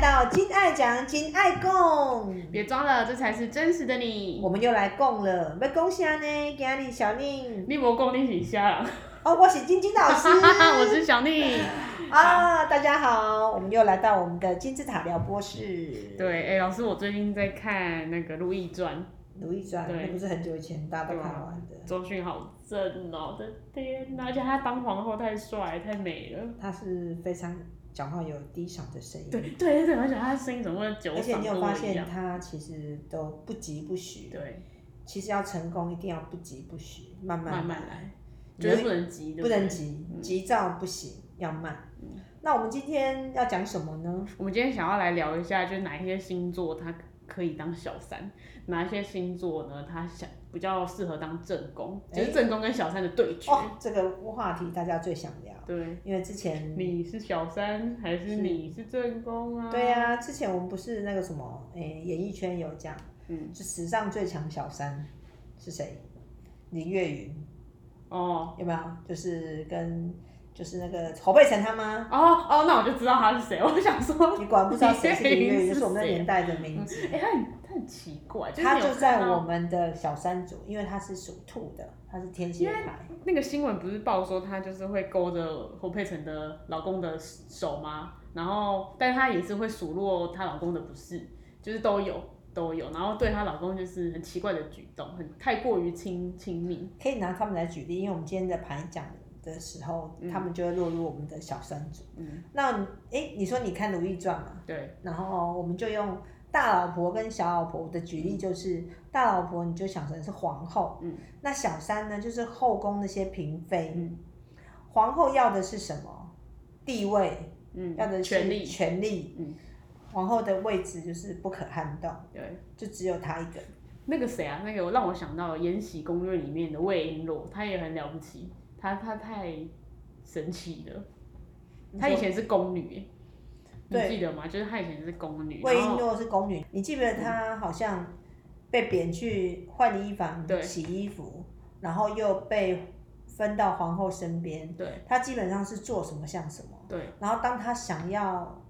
到金爱讲金爱共，别装了，这才是真实的你我。们又来共了，要共啥呢？今日小宁，你无讲你是虾，哦，我是晶晶老师， 我是小丽。啊，大家好，我们又来到我们的金字塔撩拨室。，对，哎、老师，我最近在看那个《如懿传《如懿传》对那不是很久以前大家都看完的》，，周迅好正哦，我的天哪！而且她当皇后太帅太美了。他是非常讲话有低嗓的声音，啊对对对对，而且她的声音怎么会九而且嗓你有都发一现样？他其实都不疾不徐，对，其实要成功一定要不疾不徐，慢慢慢慢来，绝对不能急，对不对嗯能。急，急躁不行，要慢。那我们今天要讲什么呢？我们今天想要来聊一下，就是哪一些星座它可以当小三，哪一些星座呢，它想比较适合当正宫，哎就是正宫跟小三的对决。哦，这个话题大家最想聊，对，因为之前你是小三还是是你是正宫啊？对呀、之前我们不是那个什么，诶、演艺圈有讲，嗯，就史上最强小三是谁？林月云哦有没有？就是跟就是那个侯佩岑他妈，哦哦，那我就知道他是谁。我想说，你果然不知道谁是林月 林云，就是我们那年代的名字。哎、他很他很奇怪，是他你有就在看到我们的小三组，因为他是属兔的，他是天蝎牌。那个新闻不是报说她就是会勾着侯佩岑的老公的手吗？然后，但她也是会数落她老公的不是，就是都有都有，然后对她老公就是很奇怪的举动，很太过于亲亲密。可以拿他们来举例，因为我们今天在盘讲的时候，他们就会落入我们的小三组。嗯，那你哎、你说你看《如懿传》嘛，对，然后我们就用大老婆跟小老婆的举例，就是大老婆你就想成是皇后，嗯，那小三呢就是后宫那些嫔妃，嗯皇后要的是什么地位，嗯，要的是权利，权力，嗯，皇后的位置就是不可撼动，对。就只有她一个。那个谁啊，那个让我想到《延禧攻略》里面的魏璎珞，她也很了不起，她她太神奇了。她以前是宫女耶，你对记得吗？就是她以前是宫女，魏然璎后珞是宫女，你记不记得她好像被贬去换衣房对洗衣服，然后又被分到皇后身边。对她基本上是做什么像什么。对，然后当她想要，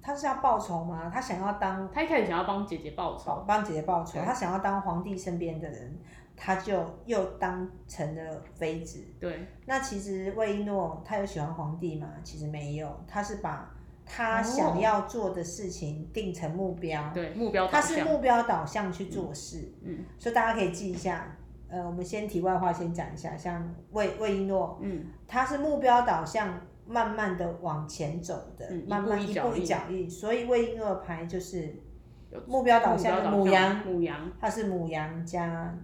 她是要报仇吗？她想要当她一开始想要帮姐姐报仇，帮姐姐报仇，对她想要当皇帝身边的人，她就又当成了妃子。对那其实魏璎珞她有喜欢皇帝吗？其实没有，她是把哦她想要做的事情定成目标。对，目标导他是向，目标导向去做事，嗯所以大家可以记一下。呃，我们先题外话先讲一下，像魏魏璎珞，嗯，她是目标导向，慢慢的往前走的，嗯慢慢一步一一步一脚印脚印。所以魏璎珞的牌就是有目标导向的母羊，，母羊，她是母羊加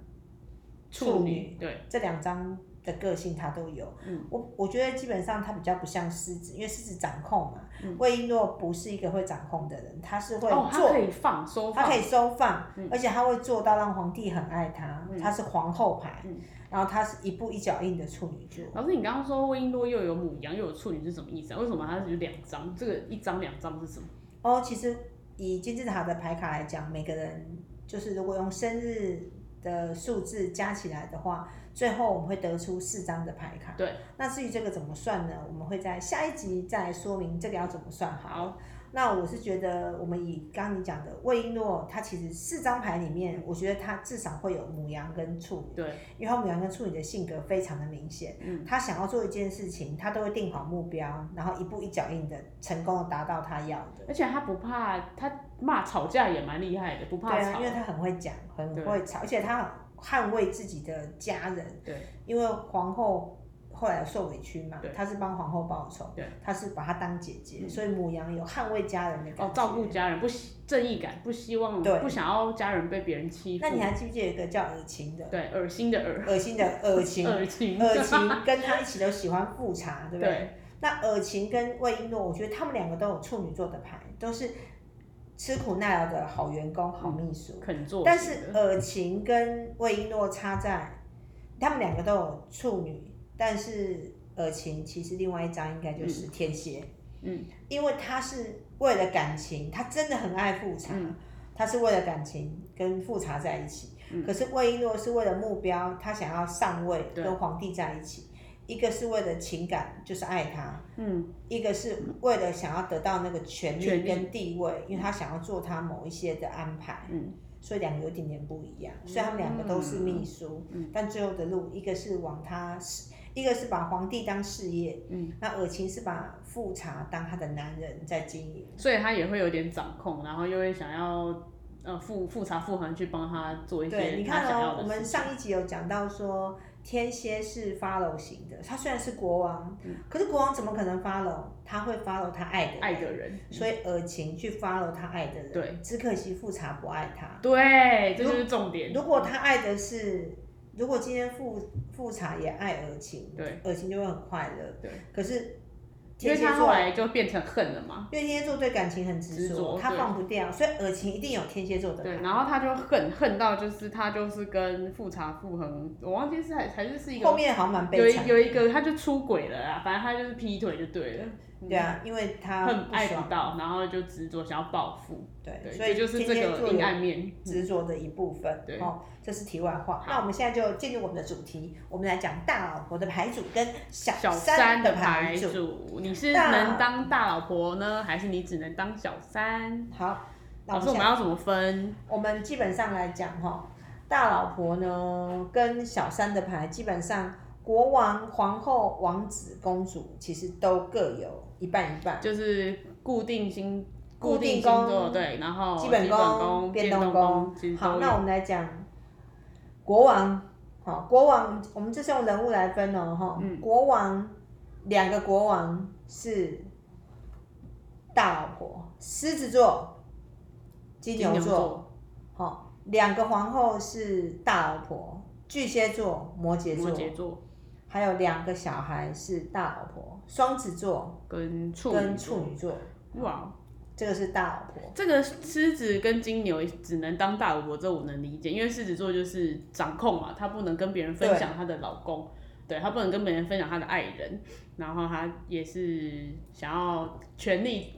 处女，对，这两张的个性她都有。嗯我我觉得基本上她比较不像狮子，因为狮子掌控嘛。魏璎珞不是一个会掌控的人，她是会嗯哦，她做可以放收他放可，以收放，嗯而且他会做到让皇帝很爱他，他是皇后牌，嗯然后他是一步一脚印的处女座。老师，你刚刚说魏璎珞又有母羊又有处女是什么意思啊？为什么它有两张？这个一张两张是什么？哦，其实以金字塔的牌卡来讲，每个人就是如果用生日的数字加起来的话，最后我们会得出四张的牌卡。对，那至于这个怎么算呢？我们会在下一集再来说明这个要怎么算好。好，那我是觉得，我们以刚刚你讲的魏璎珞，她其实四张牌里面，我觉得她至少会有母羊跟处女。对，因为他们两个处女的性格非常的明显，嗯他想要做一件事情，他都会定好目标，然后一步一脚印的成功的达到他要的。而且他不怕，他骂吵架也蛮厉害的，不怕对啊，吵因。为他很会讲，很对会吵，而且他很捍卫自己的家人，对因为皇后后来有受委屈嘛对，她是帮皇后报仇，对，她是把她当姐姐，嗯所以母羊有捍卫家人的感哦觉。，照顾家人，不希正义感，不希望，对不想要家人被别人欺负那。你还记不记得有一个叫尔晴的，对，恶心的恶，恶心的尔 晴，恶心，尔晴跟她一起都喜欢复查，对不对？对，那尔晴跟魏璎珞，我觉得他们两个都有处女座的牌，都是吃苦耐劳的好员工、好嗯秘书。肯做事的。但是尔晴跟魏璎珞差在，他们两个都有处女，但是尔晴其实另外一张应该就是天蝎，嗯，因为她是为了感情，她真的很爱复查，嗯她是为了感情跟复查在一起。可是魏璎珞是为了目标，她想要上位，嗯对跟皇帝在一起。一个是为了情感，就是爱他；嗯，一个是为了想要得到那个权利权利跟地位，因为他想要做他某一些的安排，嗯，所以两个有点点不一样。虽然他们两个都是秘书，嗯，但最后的路，一个是往他事，一个是把皇帝当事业，嗯，那尔晴是把富察当他的男人在经营。所以他也会有点掌控，然后又会想要呃复复查复衡去帮他做一对，些你他看想哦要，我的们事情。上一集有讲到说，天蝎是 follow 型的，他虽然是国王，嗯可是国王怎么可能 follow？他会 follow 他爱的人爱的人，所以尔晴去 follow 他爱的人。对，只可惜富察不爱他。对，这就是重点。如果他爱的是，如果今天富富察也爱尔晴，对，尔晴就会很快乐。对，可是因为天蝎他后座。来就变成恨了嘛，因为天蝎座对感情很执执着，着他对放不掉，所以尔晴一定有天蝎座的对，他。然后他就恨恨到就是他就是跟复查复衡，我忘记是还还是是一后个面好像蛮有悲惨一的，有一个他就出轨了啊，反正他就是劈腿就对了，对啊，因为他恨不爱爽不到，然后就执着想要报复，对，对，所以这就是天这蝎个座阴有暗面。执着的一部分。嗯对哦，这是题外话。那我们现在就进入我们的主题，我们来讲大老婆的牌组跟小小三的的牌组。组，你是大能当大老婆呢，还是你只能当小三？好，那老我师，我们们想，要怎么分？我们基本上来讲哈、哦，大老婆呢跟小三的牌，基本上国王、皇后、王子、公主其实都各有一半一半。就是固定星、固固定定工星座，对，然后基哦基本功、变变动功功，其。实好，都那有。我们来讲国王。好，国王，我们这是用人物来分哦，哈、嗯国王两个国王是大老婆，狮子座、金牛座，，好、两个皇后是大老婆，巨蟹座、摩羯摩座，羯座还有两个小孩是大老婆，双子座跟处跟女处座。女座，哇，这个是大老婆。这个狮子跟金牛只能当大老婆，这我能理解，因为狮子座就是掌控嘛，她不能跟别人分享她的老公，对她不能跟别人分享她的爱人，然后她也是想要权力。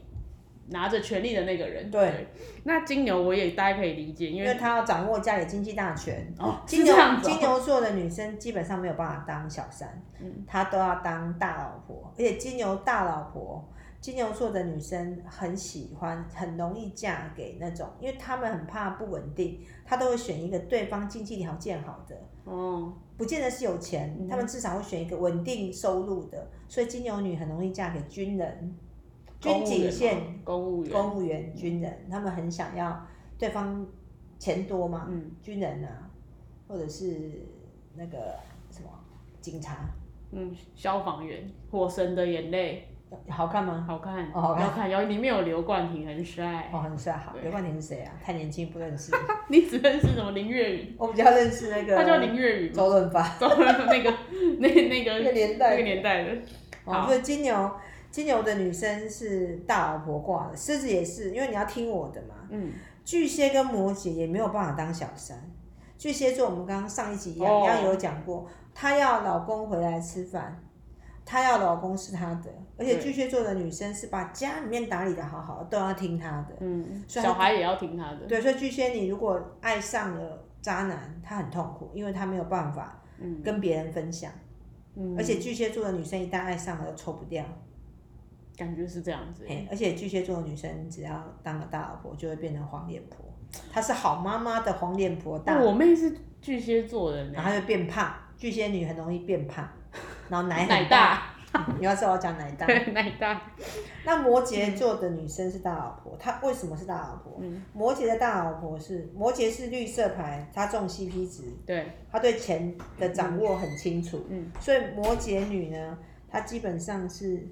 拿着权力的那个人，对那金牛我也大家可以理解，因因为为她要掌握家里经济大权。哦，金是牛这样子哦金牛座的女生基本上没有办法当小三，嗯她都要当大老婆，而且金牛大老婆，金牛座的女生很喜欢，很容易嫁给那种，因为她们很怕不稳定，她都会选一个对方经济条件好的，哦，不见得是有钱，嗯她们至少会选一个稳定收入的，所以金牛女很容易嫁给军人、军哦警线公务员嘛，公公务务员员、军人，他们很想要对方钱多嘛，嗯军人啊，或者是那个什么警察，嗯，消防员，《火神的眼泪好看》吗？好看，哦好看要看，然后里面有刘冠廷，很帅。 哦，很帅，好。对刘冠廷是谁啊？太年轻不 认识，你只认识什么林月雨？我比较认识那个他叫林月雨吗？周润发，走了 那个那那那个个年那代个年代的，哦，好所以金牛金牛的女生是大老婆挂的，狮子也是，因为你要听我的嘛。嗯，巨蟹跟摩羯也没有办法当小三。巨蟹座我们刚刚上一集一样、哦一样有讲过，她要老公回来吃饭，她要老公是她的，而且对巨蟹座的女生是把家里面打理的好好的，都要听她的。嗯，所以小孩也要听他的，对，所以巨蟹你如果爱上了渣男，她很痛苦，因为她没有办法跟别人分享，嗯，而且巨蟹座的女生一旦爱上了，抽不掉。感觉是这样子，嘿而且巨蟹座的女生只要当了大老婆，就会变成黄脸婆。她是好妈妈的黄脸婆大，啊但哦我妹是巨蟹座的然呢，后她就变胖。巨蟹女很容易变胖，然后奶很奶，大，嗯 你要知道我讲奶大。对，奶大，那摩羯座的女生是大老婆，她为什么是大老婆？嗯摩羯的大老婆是摩羯是绿色牌，她重 CP 值，对，她对钱的掌握很清楚，嗯，所以摩羯女呢，她基本上是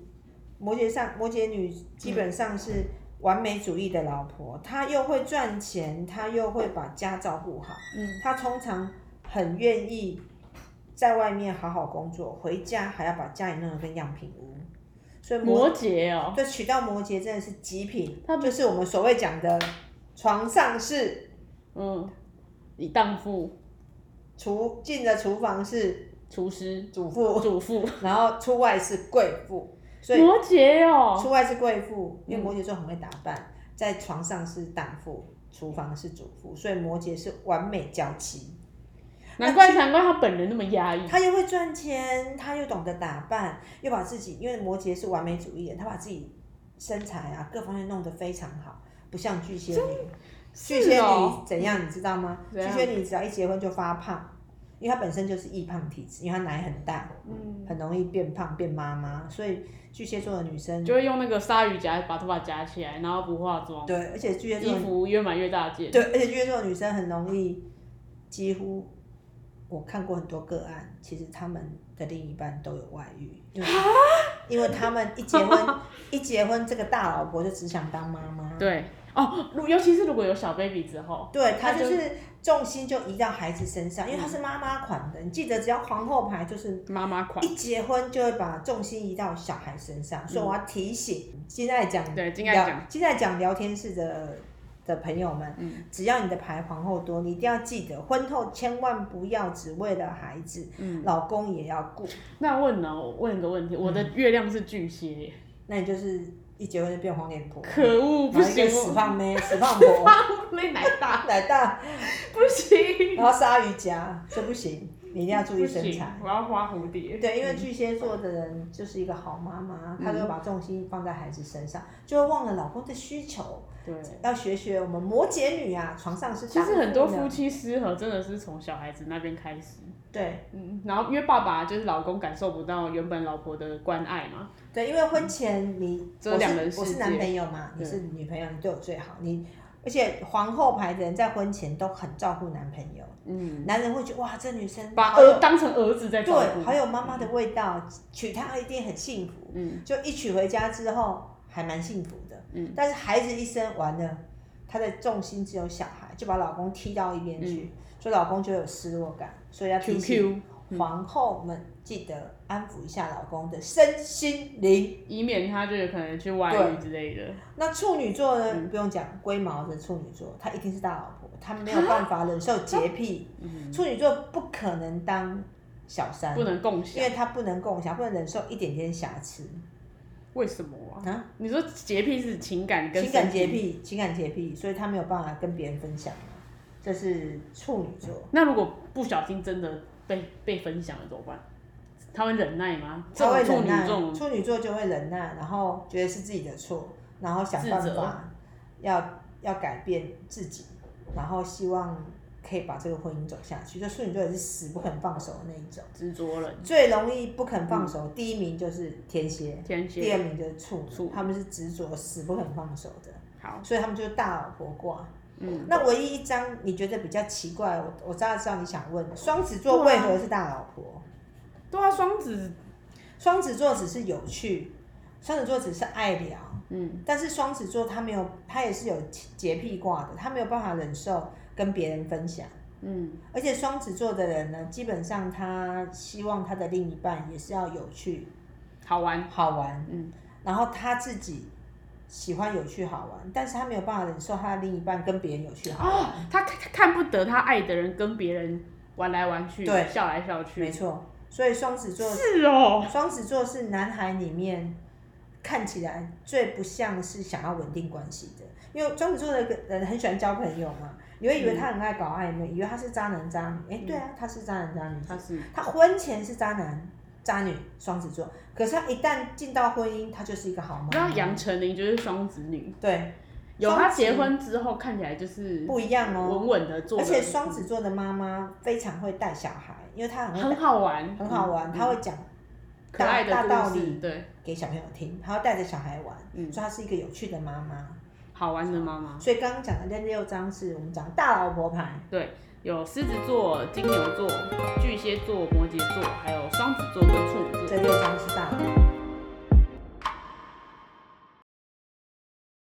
摩羯上摩羯女基本上是完美主义的老婆，她又会赚钱，她又会把家照顾好，嗯，她通常很愿意在外面好好工作，回家还要把家里弄得跟样品屋，所以摩摩羯哦，就娶到摩羯真的是极品，她不就是我们所谓讲的床上是嗯，你荡妇、厨进了厨房是厨师、主妇。主妇，然后出外是贵妇，所以摩羯哦，出外是贵妇，因为摩羯座很会打扮，在床上是荡妇，厨房是主妇，所以摩羯是完美娇妻。难怪难怪她本人那么压抑。她又会赚钱，她又懂得打扮，又把自己，因为摩羯是完美主义人，她把自己身材啊各方面弄得非常好，不像巨蟹女。巨蟹是女哦啊怎样，你知道吗？怎巨样蟹女只要一结婚就发胖，因为她本身就是易胖体质，因为她奶很大，很容易变胖变妈妈，所以巨蟹座的女生就会用那个鲨鱼夹把头发夹起来，然后不化妆，对，而且巨蟹座衣服越买越大件。对，而且巨蟹座的女生很容易，几乎我看过很多个案，其实他们的另一半都有外遇，因为啊因为他们一结婚一结婚，这个大老婆就只想当妈妈，对哦，如尤其是如果有小 baby 之后，对她她就就是重心就移到孩子身上，因为她是妈妈款的，你记得只要皇后牌就是。妈妈款，一结婚就会把重心移到小孩身上，所以我要提醒金爱讲嗯对金爱讲嗯聊金爱讲聊天室的的朋友们，只要你的牌皇后多，你一定要记得婚后千万不要只为了孩子，嗯老公也要顾，那问呢？我问个问题，我嗯的月亮是巨蟹耶，那你就是一结婚就变黄脸婆，可恶，不然后一行个，死胖 妹、死胖婆、没奶大，奶大，不行，然后鲨鱼夹，这不行，你一定要注意不身行材。，我要花蝴蝶。对，因为巨蟹座的人就是一个好妈妈，她就嗯会把重心放在孩子身上，就会忘了老公的需求。对，要学学我们摩羯女啊，床上是其大实很多姑夫娘妻失和真的是从小孩子那边开始，对嗯，然后因为爸爸就是老公感受不到原本老婆的关爱嘛，对，因为婚前你这我两人是世我是界男朋友嘛，你对是女朋友，你对我最好，你。而且皇后牌的人在婚前都很照顾男朋友，嗯，男人会觉得哇，这女生把好有儿当成儿子在嗯照哦对，顾，好有妈妈的味道，娶她一定很幸福。嗯，就一娶回家之后还蛮幸福的。嗯，但是孩子一生完了，她的重心只有小孩，就把老公踢到一边去，嗯所以老公就有失落感，所以要提 QQ 醒皇后们记得安抚一下老公的身心灵。以免他就有可能去外遇之类的。那处女座呢，嗯不用讲，龟毛的处女座，她一定是大老婆，她没有办法忍受洁癖，嗯处女座不可能当小三，不能共因享，为他不能共享，不能忍受一点点瑕疵为什么啊？啊，你说洁癖是情感跟情感身体洁，癖，情感洁癖，所以他没有办法跟别人分享，这是处女座。那如果不小心真的被被分享了怎么办？他会忍耐吗？这他会种忍处女耐，这种处女座就会忍耐，然后觉得是自己的错，然后想办自责法要要改变自己，然后希望可以把这个婚姻走下去。所以处女座也是死不肯放手的那一种，执着人，最容易不肯放手，第一名就是天蝎，嗯天第二蝎名就是处处女，他们是执着死不肯放手的。好，所以他们就是大老婆卦。嗯，那唯一一张你觉得比较奇怪，我我大概知道你想问，双子座为何是大老婆？对啊，双子双子座只是有趣，双子座只是爱聊，嗯，但是双子座他没有，他也是有洁癖卦的，他没有办法忍受跟别人分享。嗯而且双子座的人呢，基本上他希望他的另一半也是要有趣、好玩，好玩，嗯，然后他自己喜欢有趣好玩，但是他没有办法忍受他的另一半跟别人有趣好玩。哦，他看看不得他爱的人跟别人玩来玩去，对笑来笑没去，错，所以双子座，是哦，双子座是男孩里面看起来最不像是想要稳定关系的，因为双子座的人很喜欢交朋友嘛，你会以为他很爱搞暧昧，以为他是渣男渣女，哎、嗯对啊，他是渣男渣女，他是他婚前是渣男渣女，双子座，可是他一旦进到婚姻，他就是一个好你妈知道杨妈，丞琳就是双子女，对，有她双子结婚之后看起来就是不一样哦，稳稳的做而人，且双子座的妈妈非常会带小孩，因为她很会很带，好玩，很好玩，嗯她会讲可爱大大的道故理事，对，给小朋友听，还要带着小孩玩，嗯所以她是一个有趣的妈妈。好玩的妈妈。所以刚刚讲的那六张是我们讲大老婆牌，对，有狮子座、金牛座、巨蟹座、摩羯座，还有双子座跟处女座。这六张是大老婆。